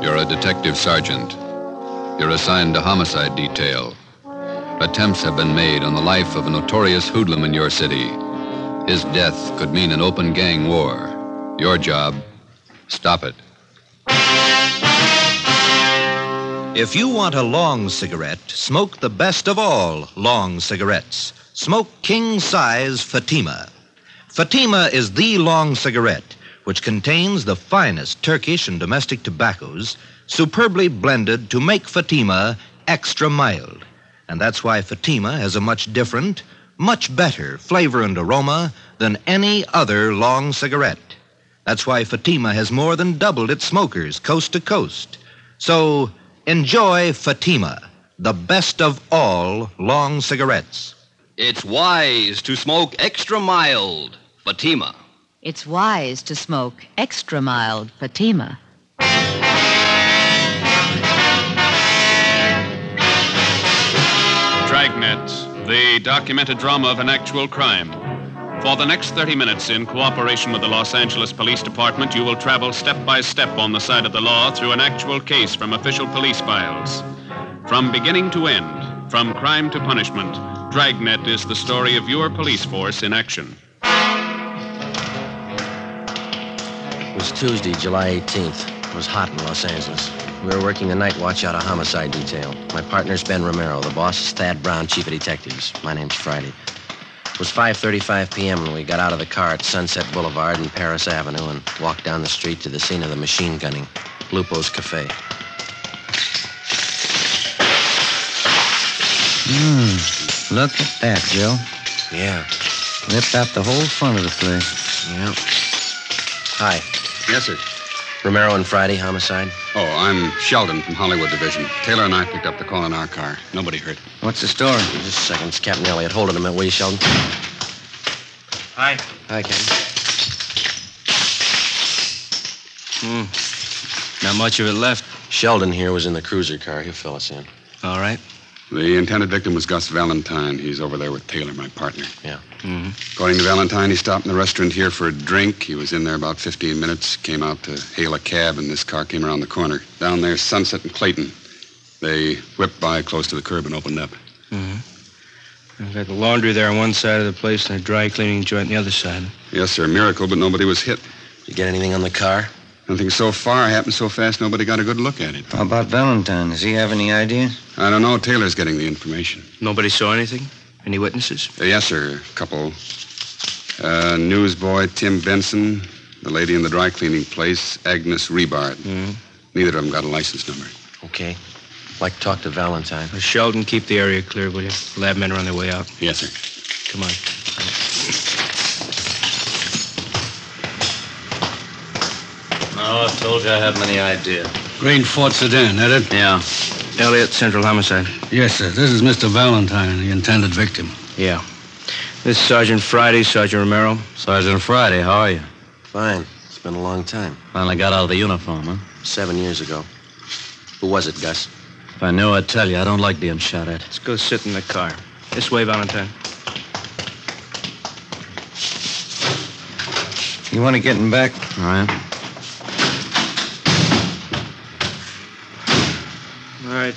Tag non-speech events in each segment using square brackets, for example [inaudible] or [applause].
You're a detective sergeant. You're assigned to homicide detail. Attempts have been made on the life of a notorious hoodlum in your city. His death could mean an open gang war. Your job, stop it. If you want a long cigarette, smoke the best of all long cigarettes. Smoke king size Fatima. Fatima is the long cigarette which contains the finest Turkish and domestic tobaccos, superbly blended to make Fatima extra mild. And that's why Fatima has a much different, much better flavor and aroma than any other long cigarette. That's why Fatima has more than doubled its smokers coast to coast. So enjoy Fatima, the best of all long cigarettes. It's wise to smoke extra mild, Fatima. It's wise to smoke extra mild Fatima. Dragnet, the documented drama of an actual crime. For the next 30 minutes, in cooperation with the Los Angeles Police Department, you will travel step by step on the side of the law through an actual case from official police files. From beginning to end, from crime to punishment, Dragnet is the story of your police force in action. It was Tuesday, July 18th. It was hot in Los Angeles. We were working the night watch out of homicide detail. My partner's Ben Romero. The boss is Thad Brown, chief of detectives. My name's Friday. It was 5.35 p.m. when we got out of the car at Sunset Boulevard and Paris Avenue and walked down the street to the scene of the machine gunning, Lupo's Cafe. Hmm, Look at that, Joe. Yeah, Ripped out the whole front of the place. yeah. Hi. Yes, sir. Romero and Friday, homicide. Oh, I'm Sheldon from Hollywood Division. Taylor and I picked up the call in our car. Nobody hurt. What's the story? Just a second. It's Captain Elliott. Hold it a minute, will you, Sheldon? Hi. Hi, Captain. Hmm. Not much of it left. Sheldon here was in the cruiser car. He'll fill us in. All right. The intended victim was Gus Valentine. He's over there with Taylor, my partner. Yeah. According to Valentine, he stopped in the restaurant here for a drink. He was in there about 15 minutes, came out to hail a cab, and this car came around the corner. Down there, Sunset and Clayton. They whipped by close to the curb and opened up. I've got the laundry there on one side of the place and a dry cleaning joint on the other side. Yes, sir, a miracle, but nobody was hit. You get anything on the car? Nothing so far happened so fast, nobody got a good look at it. How about Valentine? Does he have any idea? I don't know. Taylor's getting the information. Nobody saw anything? Any witnesses? Uh, yes, sir, a couple. Uh, newsboy Tim Benson, the lady in the dry cleaning place, Agnes Rebart. Mm-hmm. Neither of them got a license number. Okay. Like to talk to Valentine. Well, Uh, Sheldon, keep the area clear, will you? Lab men are on their way out. Yes, sir. Come on. Oh, I told you I had many ideas. Green Fort Sedan, that it? Yeah. Elliot, Central Homicide. Yes, sir. This is Mr. Valentine, the intended victim. Yeah. This is Sergeant Friday, Sergeant Romero. Sergeant Friday, how are you? Fine. It's been a long time. Finally got out of the uniform, huh? Seven years ago. Who was it, Gus? If I knew, I'd tell you. I don't like being shot at. Let's go sit in the car. This way, Valentine. You want to get him back? All right. All right.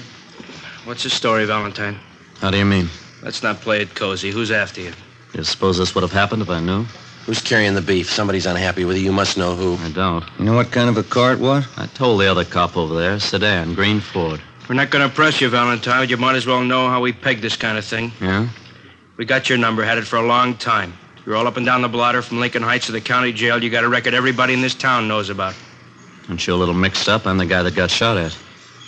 What's the story, Valentine? How do you mean? Let's not play it cozy. Who's after you? You suppose this would have happened if I knew? Who's carrying the beef? Somebody's unhappy with you. You must know who. I don't. You know what kind of a car it was? I told the other cop over there, Sedan, Green Ford. We're not going to press you, Valentine. but You might as well know how we peg this kind of thing. Yeah? We got your number, had it for a long time. You're all up and down the blotter from Lincoln Heights to the county jail. You got a record everybody in this town knows about. Aren't you a little mixed up? I'm the guy that got shot at.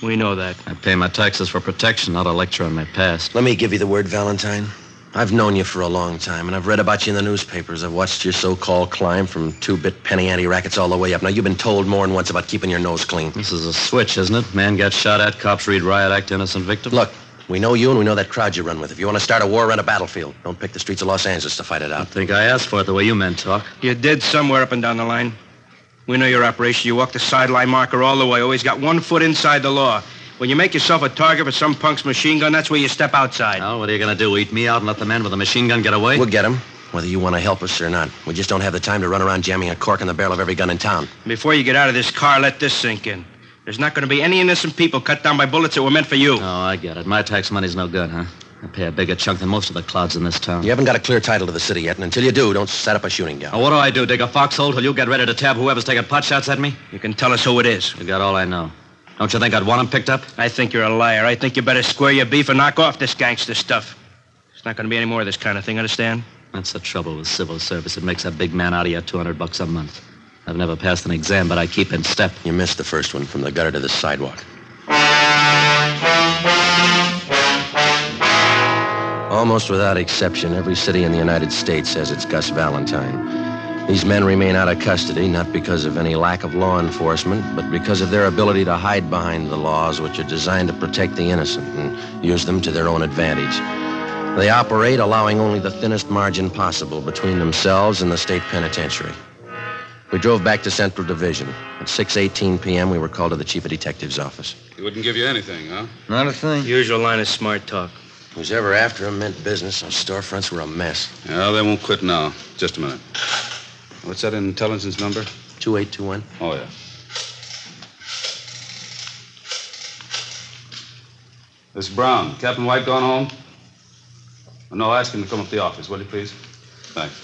We know that. I pay my taxes for protection, not a lecture on my past. Let me give you the word, Valentine. I've known you for a long time, and I've read about you in the newspapers. I've watched your so-called climb from two-bit penny ante rackets all the way up. Now, you've been told more than once about keeping your nose clean. This is a switch, isn't it? Man got shot at, cops read riot act, innocent victim. Look, we know you and we know that crowd you run with. If you want to start a war, rent a battlefield. Don't pick the streets of Los Angeles to fight it out. I think I asked for it the way you men talk. You did somewhere up and down the line. We know your operation. You walk the sideline marker all the way. Always got one foot inside the law. When you make yourself a target for some punk's machine gun, that's where you step outside. Now, what are you going to do? Eat me out and let the man with the machine gun get away? We'll get him, whether you want to help us or not. We just don't have the time to run around jamming a cork in the barrel of every gun in town. Before you get out of this car, let this sink in. There's not going to be any innocent people cut down by bullets that were meant for you. Oh, I get it. My tax money's no good, huh? I pay a bigger chunk than most of the clouds in this town. You haven't got a clear title to the city yet, and until you do, don't set up a shooting gallery. Now, what do I do? Dig a foxhole till you get ready to tab whoever's taking pot shots at me? You can tell us who it is. You got all I know. Don't you think I'd want him picked up? I think you're a liar. I think you better square your beef and knock off this gangster stuff. It's not going to be any more of this kind of thing, understand? That's the trouble with civil service. It makes a big man out of you 200 bucks a month. I've never passed an exam, but I keep in step. You missed the first one from the gutter to the sidewalk. Almost without exception, every city in the United States has its Gus Valentine. These men remain out of custody not because of any lack of law enforcement, but because of their ability to hide behind the laws which are designed to protect the innocent and use them to their own advantage. They operate allowing only the thinnest margin possible between themselves and the state penitentiary. We drove back to Central Division. At 6.18 p.m., we were called to the chief of detective's office. He wouldn't give you anything, huh? Not a thing. Usual line of smart talk. Who's ever after him meant business. Those storefronts were a mess. Yeah, they won't quit now. Just a minute. What's that intelligence number? 2821. Oh, yeah. This Brown. Captain White gone home? No, ask him to come up to the office, will you, please? Thanks.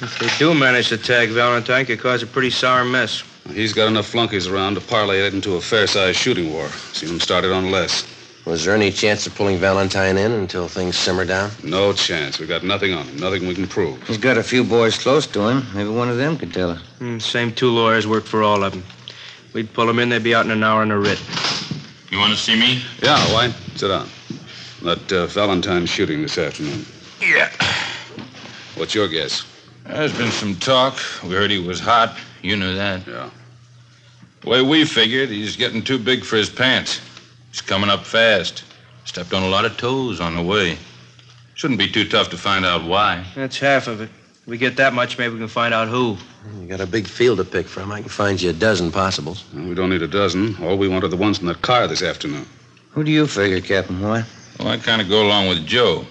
If they do manage to tag Valentine, could cause a pretty sour mess. He's got enough flunkies around to parlay it into a fair-sized shooting war. Seen him started on less. Was there any chance of pulling Valentine in until things simmer down? No chance. We've got nothing on him, nothing we can prove. He's got a few boys close to him. Maybe one of them could tell her. Mm, same two lawyers work for all of them. We'd pull them in, they'd be out in an hour on a writ. You want to see me? Yeah, White. Sit down. That uh, Valentine shooting this afternoon. Yeah. What's your guess? There's been some talk. We heard he was hot. You knew that. Yeah. The way we figured, he's getting too big for his pants. He's coming up fast. Stepped on a lot of toes on the way. Shouldn't be too tough to find out why. That's half of it. If we get that much, maybe we can find out who. You got a big field to pick from. I can find you a dozen possibles. Well, we don't need a dozen. All we want are the ones in the car this afternoon. Who do you figure, Captain Why? Well, I kind of go along with Joe.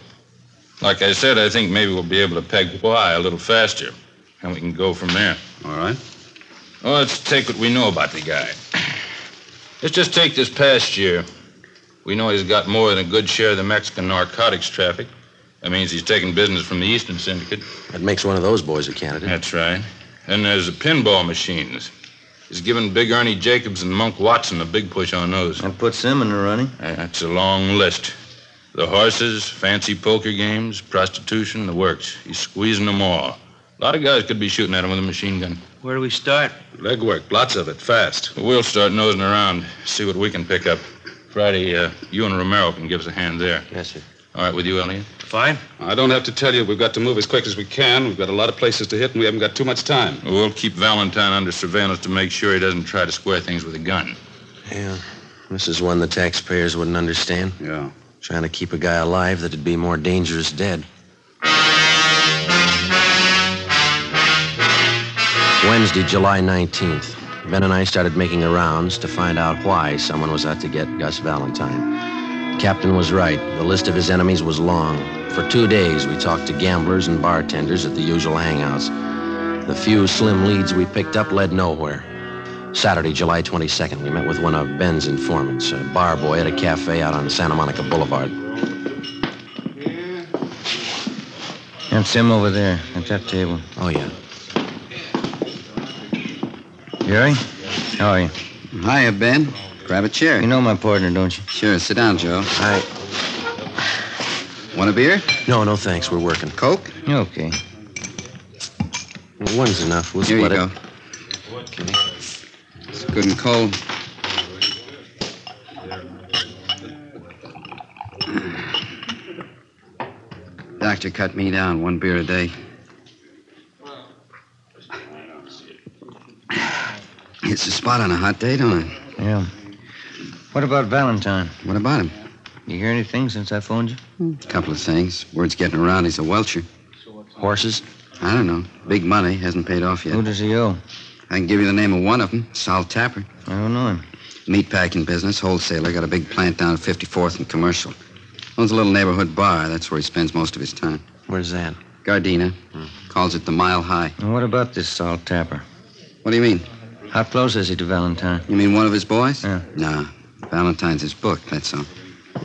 Like I said, I think maybe we'll be able to peg Y a little faster, and we can go from there. All right. Well, let's take what we know about the guy. Let's just take this past year. We know he's got more than a good share of the Mexican narcotics traffic. That means he's taking business from the Eastern Syndicate. That makes one of those boys a candidate. That's right. And there's the pinball machines. He's given Big Ernie Jacobs and Monk Watson a big push on those. That puts them in the running. That's a long list. The horses, fancy poker games, prostitution, the works. He's squeezing them all. A lot of guys could be shooting at him with a machine gun. Where do we start? Legwork, lots of it, fast. We'll start nosing around, see what we can pick up. Friday, uh, you and Romero can give us a hand there. Yes, sir. All right, with you, Elliot? Fine. I don't have to tell you, we've got to move as quick as we can. We've got a lot of places to hit, and we haven't got too much time. We'll keep Valentine under surveillance to make sure he doesn't try to square things with a gun. Yeah. This is one the taxpayers wouldn't understand. Yeah. Trying to keep a guy alive that'd be more dangerous dead. Wednesday, July 19th. Ben and I started making the rounds to find out why someone was out to get Gus Valentine. Captain was right. The list of his enemies was long. For two days, we talked to gamblers and bartenders at the usual hangouts. The few slim leads we picked up led nowhere. Saturday, July 22nd, we met with one of Ben's informants, a bar boy at a cafe out on Santa Monica Boulevard. That's him over there at that table. Oh, yeah. Jerry, how are you? Hiya, Ben. Grab a chair. You know my partner, don't you? Sure. Sit down, Joe. I. Want a beer? No, no, thanks. We're working. Coke? Okay. Well, one's enough. We'll Here split you go. it. Okay. It's good and cold. Doctor cut me down one beer a day. It's a spot on a hot day, don't it? Yeah. What about Valentine? What about him? You hear anything since I phoned you? A couple of things. Word's getting around he's a welcher. Horses? I don't know. Big money. Hasn't paid off yet. Who does he owe? I can give you the name of one of them. Sal Tapper. I don't know him. Meat packing business, wholesaler. Got a big plant down at 54th and Commercial. Owns a little neighborhood bar. That's where he spends most of his time. Where's that? Gardena. Calls it the Mile High. And what about this Sal Tapper? What do you mean? How close is he to Valentine? You mean one of his boys? Yeah. No. Valentine's his book, that's all.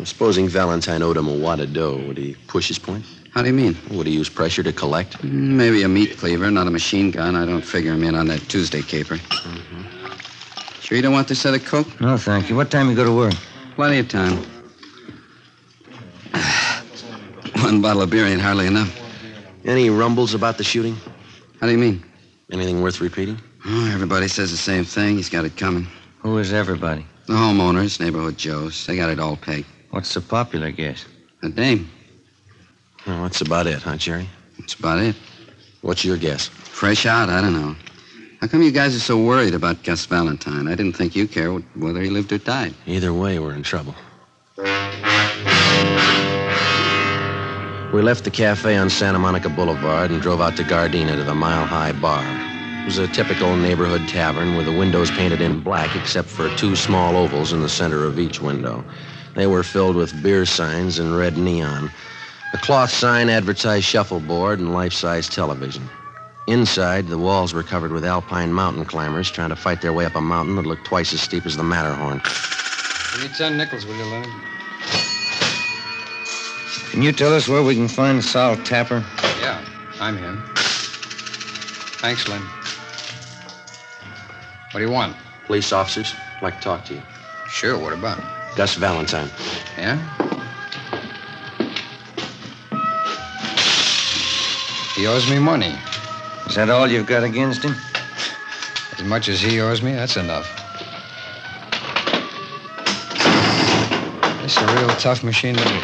Supposing Valentine owed him a wad of dough, would he push his point? How do you mean? Would he use pressure to collect? Mm, Maybe a meat cleaver, not a machine gun. I don't figure him in on that Tuesday caper. Mm-hmm. Sure you don't want this set of coke? No, thank you. What time you go to work? Plenty of time. [sighs] One bottle of beer ain't hardly enough. Any rumbles about the shooting? How do you mean? Anything worth repeating? Oh, everybody says the same thing. He's got it coming. Who is everybody? The homeowners, neighborhood Joes, they got it all pegged. What's the popular guess? A dame. Well, that's about it, huh, Jerry? That's about it. What's your guess? Fresh out, I don't know. How come you guys are so worried about Gus Valentine? I didn't think you care wh- whether he lived or died. Either way, we're in trouble. We left the cafe on Santa Monica Boulevard and drove out to Gardena to the Mile High Bar. It was a typical neighborhood tavern with the windows painted in black except for two small ovals in the center of each window. They were filled with beer signs in red neon. A cloth sign advertised shuffleboard and life-size television. Inside, the walls were covered with alpine mountain climbers trying to fight their way up a mountain that looked twice as steep as the Matterhorn. You need ten nickels, will you, Leonard? Can you tell us where we can find Sal Tapper? Yeah, I'm him. Thanks, Lynn. What do you want? Police officers, I'd like to talk to you. Sure, what about? Gus Valentine. Yeah? He owes me money. Is that all you've got against him? As much as he owes me, that's enough. It's a real tough machine to do.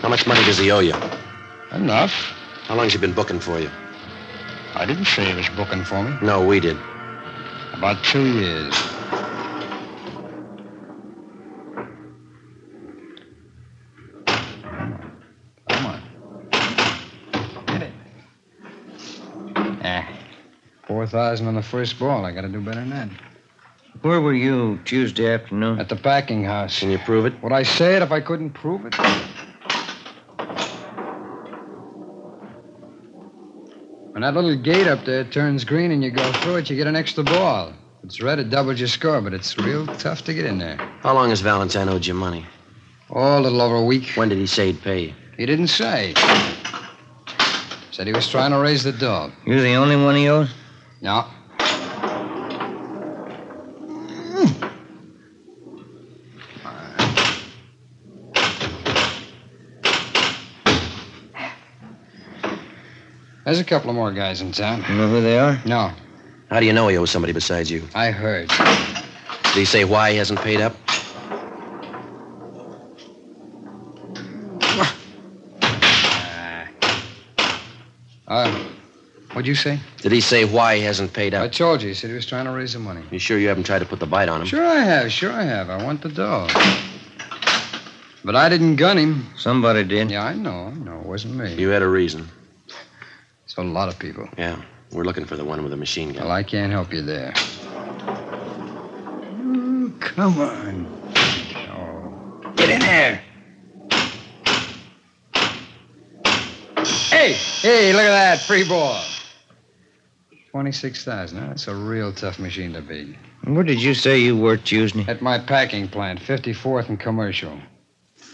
How much money does he owe you? Enough. How long's he been booking for you? I didn't say he was booking for me. No, we did. About two years. Come on. Eh. Four thousand on the first ball. I gotta do better than that. Where were you Tuesday afternoon? At the packing house. Can you prove it? Would I say it if I couldn't prove it? When that little gate up there turns green and you go through it, you get an extra ball. If it's red, it doubles your score, but it's real tough to get in there. How long has Valentine owed you money? Oh, a little over a week. When did he say he'd pay you? He didn't say. Said he was trying to raise the dog. You're the only one he owes? No. There's a couple of more guys in town. You know who they are? No, How do you know he owes somebody besides you? I heard. Did he say why he hasn't paid up? Uh, what'd you say? Ah. Did he say why he hasn't paid I up? told you. He said he was trying to raise the money. You sure you haven't tried to put the bite on him? Sure I have. Sure I have. I want the dog. But I didn't gun him. Somebody did. Yeah, I know. I know. It wasn't me. You had a reason. It's a lot of people. Yeah. We're looking for the one with the machine gun. Well, I can't help you there. Oh, come on. Oh. Get in there. Hey, hey, look at that. Free ball. 26,000. Now, That's a real tough machine to beat. Where did you say you were Tuesday? At my packing plant, 54th and Commercial.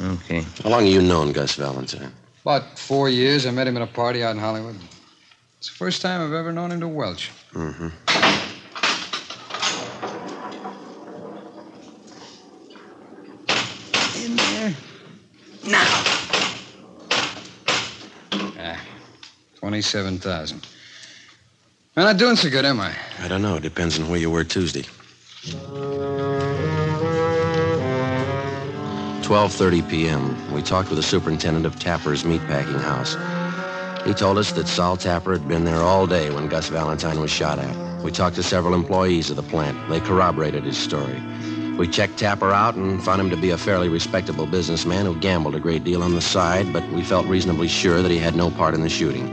Okay. How long have you known Gus Valentine? About four years. I met him at a party out in Hollywood. It's the first time I've ever known him to Welch. Mm-hmm. In there. Now. Ah, 27,000. I'm not doing so good, am I? I don't know. It depends on where you were Tuesday. 12:30 p.m. We talked with the superintendent of Tapper's meatpacking house. He told us that Sol Tapper had been there all day when Gus Valentine was shot at. We talked to several employees of the plant. They corroborated his story. We checked Tapper out and found him to be a fairly respectable businessman who gambled a great deal on the side, but we felt reasonably sure that he had no part in the shooting.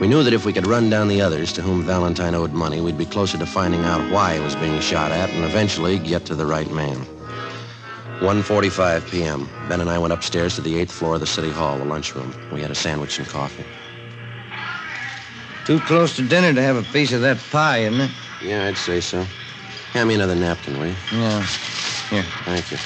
We knew that if we could run down the others to whom Valentine owed money, we'd be closer to finding out why he was being shot at and eventually get to the right man. 1.45 p.m. Ben and I went upstairs to the eighth floor of the city hall, the lunchroom. We had a sandwich and coffee. Too close to dinner to have a piece of that pie, isn't it? Yeah, I'd say so. Hand me another napkin, will you? Yeah. Here. Thank you.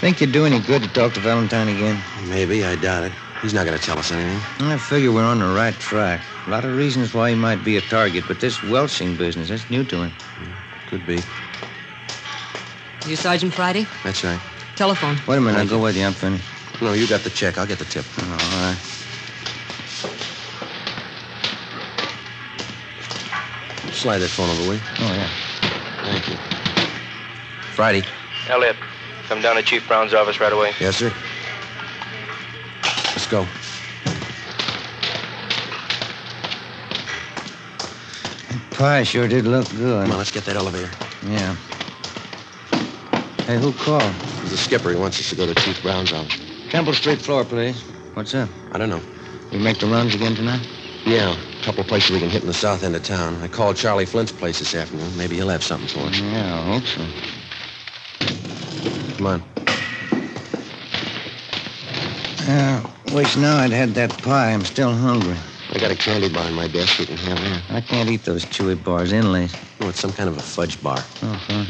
Think you'd do any good to talk to Valentine again? Maybe. I doubt it. He's not going to tell us anything. I figure we're on the right track. A lot of reasons why he might be a target, but this welching business, that's new to him. Hmm, Could be. You Sergeant Friday? That's right. Telephone. Wait a minute, I'll go with you. I'm finished. No, you got the check. I'll get the tip. all right. Slide that phone over, will you? Oh, yeah. Thank you. Friday. Elliot, come down to Chief Brown's office right away. Yes, sir. Let's go. Pie sure did look good. Come on, let's get that elevator. Yeah. Hey, who called? The skipper, he wants us to go to Chief Brown's office. Temple Street floor, please. What's up? I don't know. We make the rounds again tonight? Yeah, a couple of places we can hit in the south end of town. I called Charlie Flint's place this afternoon. Maybe he'll have something for us. Yeah, I hope so. Come on. Uh, wish now I'd had that pie. I'm still hungry. I got a candy bar in my desk we can have that. I can't eat those chewy bars, inlays. Oh, it's some kind of a fudge bar. Uh-huh.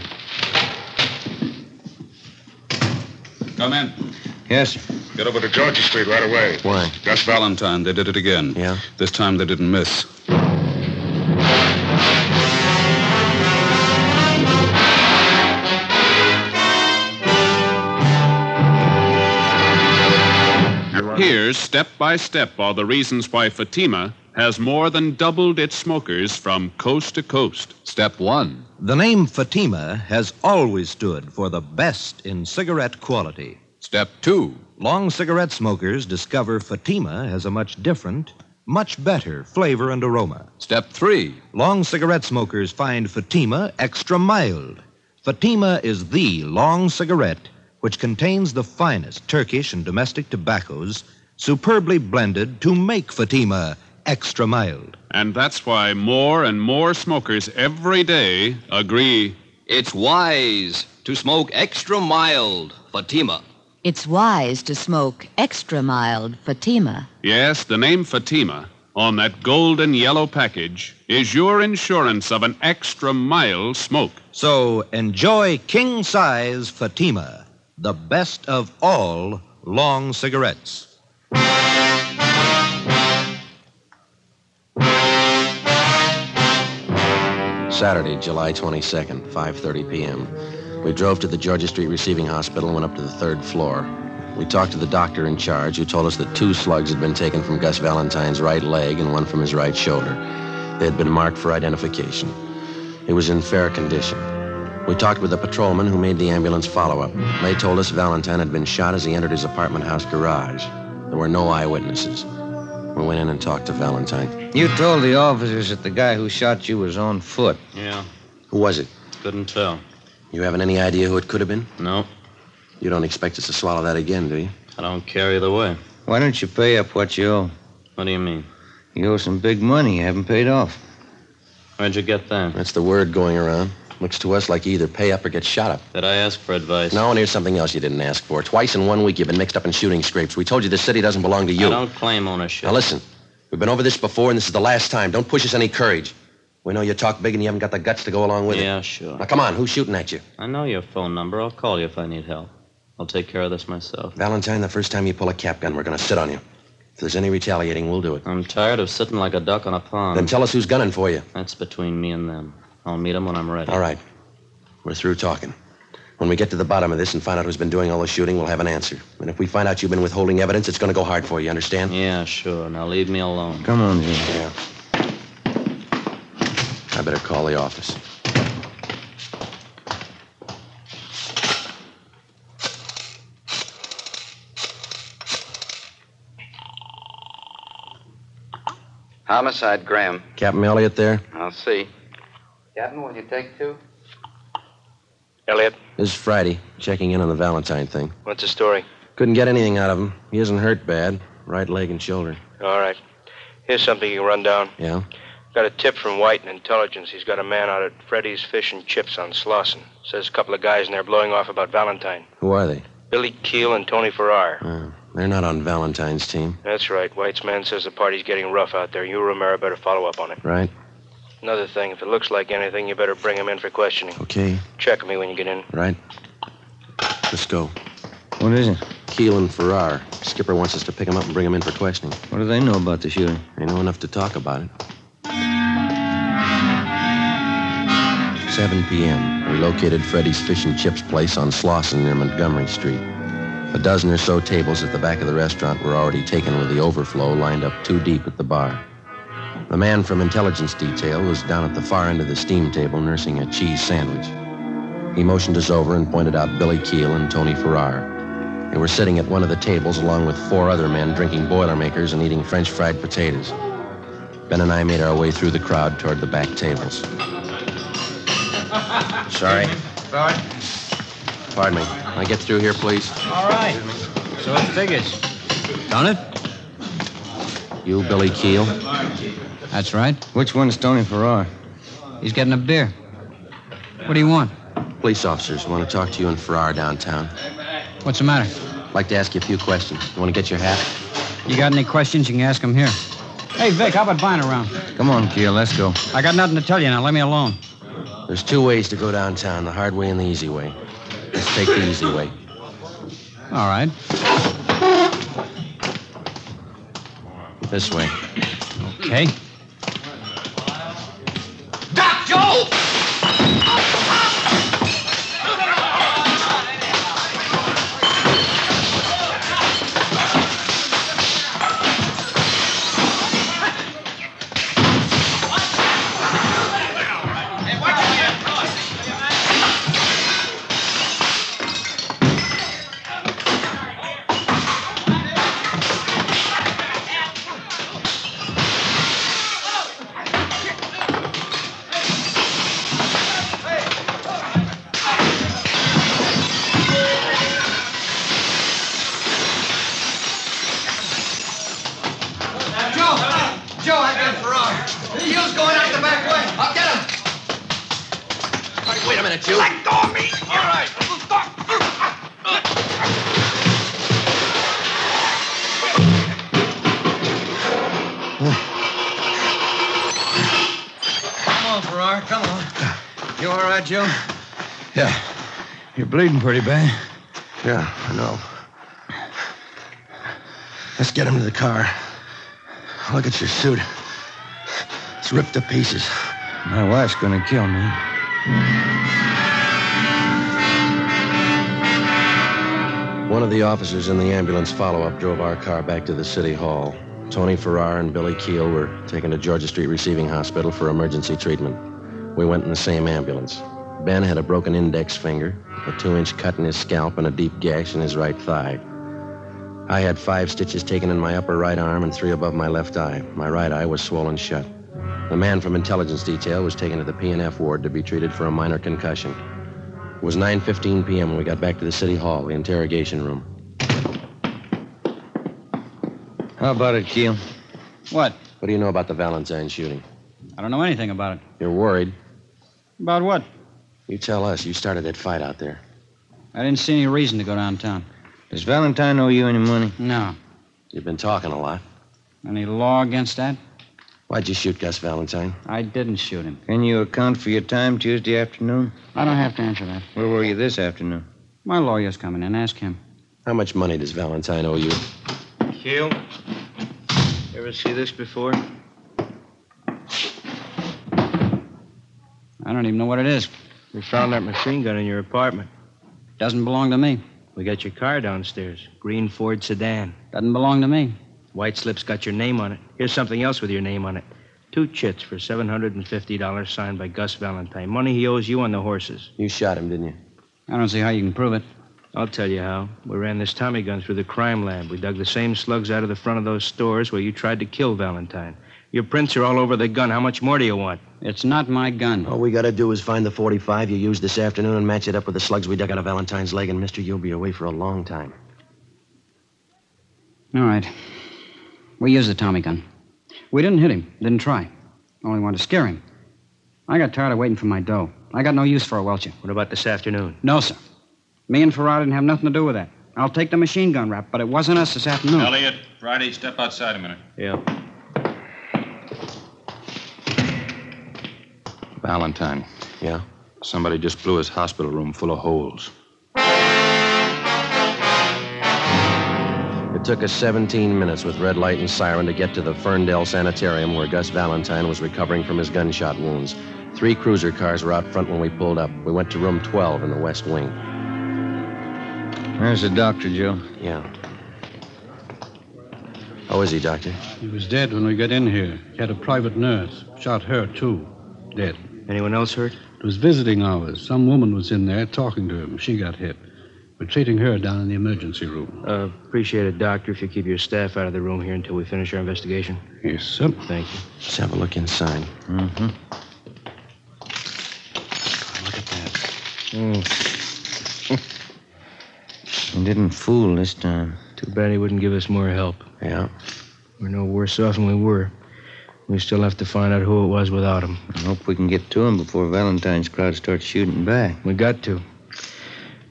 Come in. Yes. Get over to Georgia Street right away. Why? Gus Valentine, they did it again. Yeah? This time they didn't miss. Here, step by step, are the reasons why Fatima has more than doubled its smokers from coast to coast. Step one. The name Fatima has always stood for the best in cigarette quality. Step two. Long cigarette smokers discover Fatima has a much different, much better flavor and aroma. Step three. Long cigarette smokers find Fatima extra mild. Fatima is the long cigarette which contains the finest Turkish and domestic tobaccos superbly blended to make Fatima extra mild. And that's why more and more smokers every day agree It's wise to smoke extra mild Fatima. It's wise to smoke extra mild Fatima. yes, the name Fatima on that golden yellow package is your insurance of an extra mile smoke. So enjoy king size Fatima, the best of all long cigarettes. Saturday, July 22nd, 5.30 p.m. We drove to the Georgia Street Receiving Hospital and went up to the third floor. We talked to the doctor in charge who told us that two slugs had been taken from Gus Valentine's right leg and one from his right shoulder. They had been marked for identification. He was in fair condition. We talked with the patrolman who made the ambulance follow-up. They told us Valentine had been shot as he entered his apartment house garage. There were no eyewitnesses. We went in and talked to Valentine. You told the officers that the guy who shot you was on foot. Yeah, Who was it? couldn't tell. You haven't any idea who it could have been? No, You don't expect us to swallow that again, do you? I don't care either way. Why don't you pay up what you owe? What do you mean? You owe some big money you haven't paid off. Where'd you get that? That's the word going around. Looks to us like you either pay up or get shot up. Did I ask for advice? No, and here's something else you didn't ask for. Twice in one week you've been mixed up in shooting scrapes. We told you the city doesn't belong to you. I don't claim ownership. Now listen, we've been over this before, and this is the last time. Don't push us any courage. We know you talk big and you haven't got the guts to go along with yeah, it. sure. Now come on, who's shooting at you? I know your phone number. I'll call you if I need help. I'll take care of this myself. Valentine, the first time you pull a cap gun, we're gonna sit on you. If there's any retaliating, we'll do it. I'm tired of sitting like a duck on a pond. Then tell us who's gunning for you. Um, That's between me and them. I'll meet them when I'm ready. All right. We're through talking. When we get to the bottom of this and find out who's been doing all the shooting, we'll have an answer. And if we find out you've been withholding evidence, it's going to go hard for you. Understand? Yeah, sure. Now leave me alone. Come on, Jim. Yeah. I better call the office. Homicide, Graham. Captain Elliott there? I'll see. Captain, will you take two? Elliot, This is Friday, checking in on the Valentine thing. what's the story? Couldn't get anything out of him. He isn't hurt bad. Right leg and shoulder. All right. Here's something you can run down. Yeah? Got a tip from White in intelligence. He's got a man out at Freddy's Fish and Chips on Slauson. Says a couple of guys in there blowing off about Valentine. Who are they? Uh, Billy Keel and Tony Farrar. They're not on Valentine's team, That's right. White's man says the party's getting rough out there. You, Romero, better follow up on it. right? Another thing, if it looks like anything, you better bring him in for questioning. Okay, Check me when you get in. right? Let's go. What is it? Keel and Farrar. Skipper wants us to pick him up and bring him in for questioning. What do they know about the shooting? They know enough to talk about it. 7 p.m. We located Freddy's Fish and Chips place on Slauson near Montgomery Street. A dozen or so tables at the back of the restaurant were already taken with the overflow lined up two deep at the bar. The man from intelligence detail was down at the far end of the steam table nursing a cheese sandwich. He motioned us over and pointed out Billy Keel and Tony Farrar. They were sitting at one of the tables along with four other men drinking Boilermakers and eating French fried potatoes. Ben and I made our way through the crowd toward the back tables. Sorry. Sorry. Pardon me. Can I get through here, please? All right. So it figures. Done it? You, Billy Keel? That's right. Which one's Tony Farrar? He's getting a beer. What do you want? Police officers want to talk to you and Farrar downtown. What's the matter? Like to ask you a few questions. You want to get your hat? You got any questions? You can ask them here. Hey, Vic, how about buying around? Come on, Keel. Let's go. I got nothing to tell you now. Let me alone. There's two ways to go downtown the hard way and the easy way. Let's take the easy way. All right. This way. Okay. Doc Joe! Joe! Joe, I got Farrar. The heel's going out the back way. I'll get him. Wait a minute, you. Let go of me! All right. Come on, Farrar. Come on. You all right, Joe? Yeah. You're bleeding pretty bad. Yeah, I know. Let's get him to the car. Look at your suit. It's ripped to pieces. My wife's gonna kill me. One of the officers in the ambulance follow up drove our car back to the city hall. Tony Farrar and Billy Keel were taken to Georgia Street Receiving Hospital for emergency treatment. We went in the same ambulance. Ben had a broken index finger, a two inch cut in his scalp, and a deep gash in his right thigh. I had five stitches taken in my upper right arm and three above my left eye. My right eye was swollen shut. The man from intelligence detail was taken to the P&F ward to be treated for a minor concussion. It was 9:15 p.m. when we got back to the city hall, the interrogation room. How about it, Keel? What? What do you know about the Valentine shooting? I don't know anything about it. You're worried. About what? You tell us. You started that fight out there. I didn't see any reason to go downtown. Does Valentine owe you any money? No. You've been talking a lot. Any law against that? Why'd you shoot Gus Valentine? I didn't shoot him. Can you account for your time Tuesday afternoon? I don't have to answer that. Where were you this afternoon? My lawyer's coming in. Ask him. How much money does Valentine owe you? Keel? Ever see this before? I don't even know what it is. We found that machine gun in your apartment. Doesn't belong to me. We got your car downstairs. Green Ford sedan. Doesn't belong to me. White slip's got your name on it. Here's something else with your name on it. Two chits for $750 signed by Gus Valentine. Money he owes you on the horses. You shot him, didn't you? I don't see how you can prove it. I'll tell you how. We ran this Tommy gun through the crime lab. We dug the same slugs out of the front of those stores where you tried to kill Valentine. Your prints are all over the gun. How much more do you want? It's not my gun. All we gotta do is find the 45 you used this afternoon and match it up with the slugs we dug out of Valentine's leg, and Mister, you'll be away for a long time. All right. We used the Tommy gun. We didn't hit him, didn't try. Only wanted to scare him. I got tired of waiting for my dough. I got no use for a welcher. What about this afternoon? No, sir. Me and Farrar didn't have nothing to do with that. I'll take the machine gun rap, but it wasn't us this afternoon. Elliot, Friday, step outside a minute. Yeah. Valentine. Yeah? Somebody just blew his hospital room full of holes. It took us 17 minutes with red light and siren to get to the Ferndale Sanitarium where Gus Valentine was recovering from his gunshot wounds. Three cruiser cars were out front when we pulled up. We went to room 12 in the west wing. There's the doctor, Joe. Yeah. How is he, Doctor? He was dead when we got in here. He had a private nurse. Shot her, too. Dead. Anyone else hurt? It was visiting hours. Some woman was in there talking to him. She got hit. We're treating her down in the emergency room. Uh, appreciate it, Doctor, if you keep your staff out of the room here until we finish our investigation. Yes, sir. Thank you. Let's have a look inside. Mm-hmm. Look at that. Mm. [laughs] He didn't fool this time. Too bad he wouldn't give us more help. Yeah. We're no worse off than we were. We still have to find out who it was without him. I hope we can get to him before Valentine's crowd starts shooting back. We got to.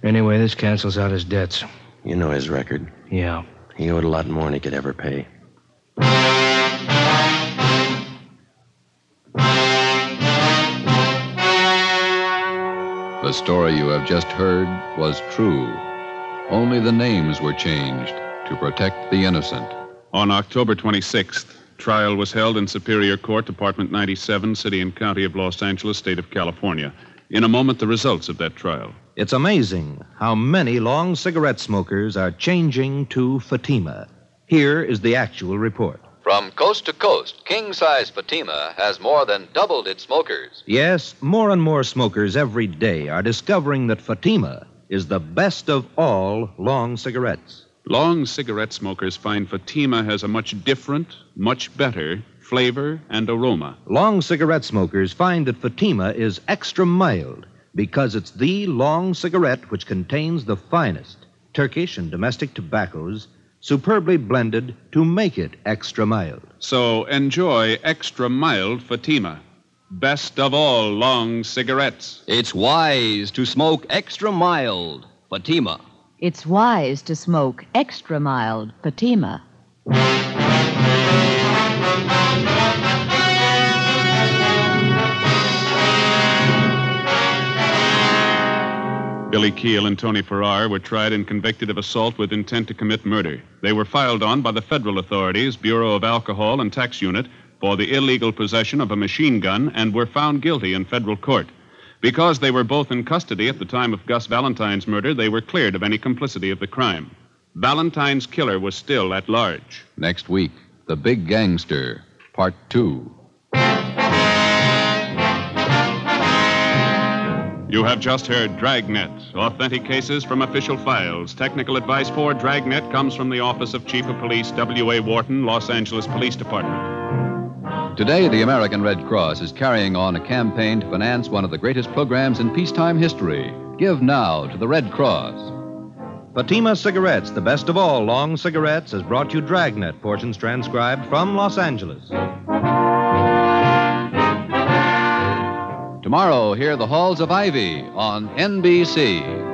Anyway, this cancels out his debts. You know his record. Yeah. He owed a lot more than he could ever pay. The story you have just heard was true. Only the names were changed to protect the innocent. On October 26th, trial was held in Superior Court, Department 97, City and County of Los Angeles, State of California. In a moment, the results of that trial. It's amazing how many long cigarette smokers are changing to Fatima. Here is the actual report. From coast to coast, king size Fatima has more than doubled its smokers. Yes, more and more smokers every day are discovering that Fatima is the best of all long cigarettes. Long cigarette smokers find Fatima has a much different, much better flavor and aroma. Long cigarette smokers find that Fatima is extra mild because it's the long cigarette which contains the finest Turkish and domestic tobaccos superbly blended to make it extra mild. So enjoy extra mild Fatima. Best of all long cigarettes. It's wise to smoke extra mild Fatima. It's wise to smoke extra mild Fatima. Billy Keel and Tony Farrar were tried and convicted of assault with intent to commit murder. They were filed on by the federal authorities, Bureau of Alcohol and Tax Unit, for the illegal possession of a machine gun and were found guilty in federal court. Because they were both in custody at the time of Gus Valentine's murder, they were cleared of any complicity of the crime. Valentine's killer was still at large. Next week, The Big Gangster, Part 2. You have just heard Dragnet, authentic cases from official files. Technical advice for Dragnet comes from the Office of Chief of Police W.A. Wharton, Los Angeles Police Department. Today, the American Red Cross is carrying on a campaign to finance one of the greatest programs in peacetime history. Give now to the Red Cross. Fatima Cigarettes, the best of all long cigarettes, has brought you Dragnet, portions transcribed from Los Angeles. Tomorrow, hear the halls of Ivy on NBC.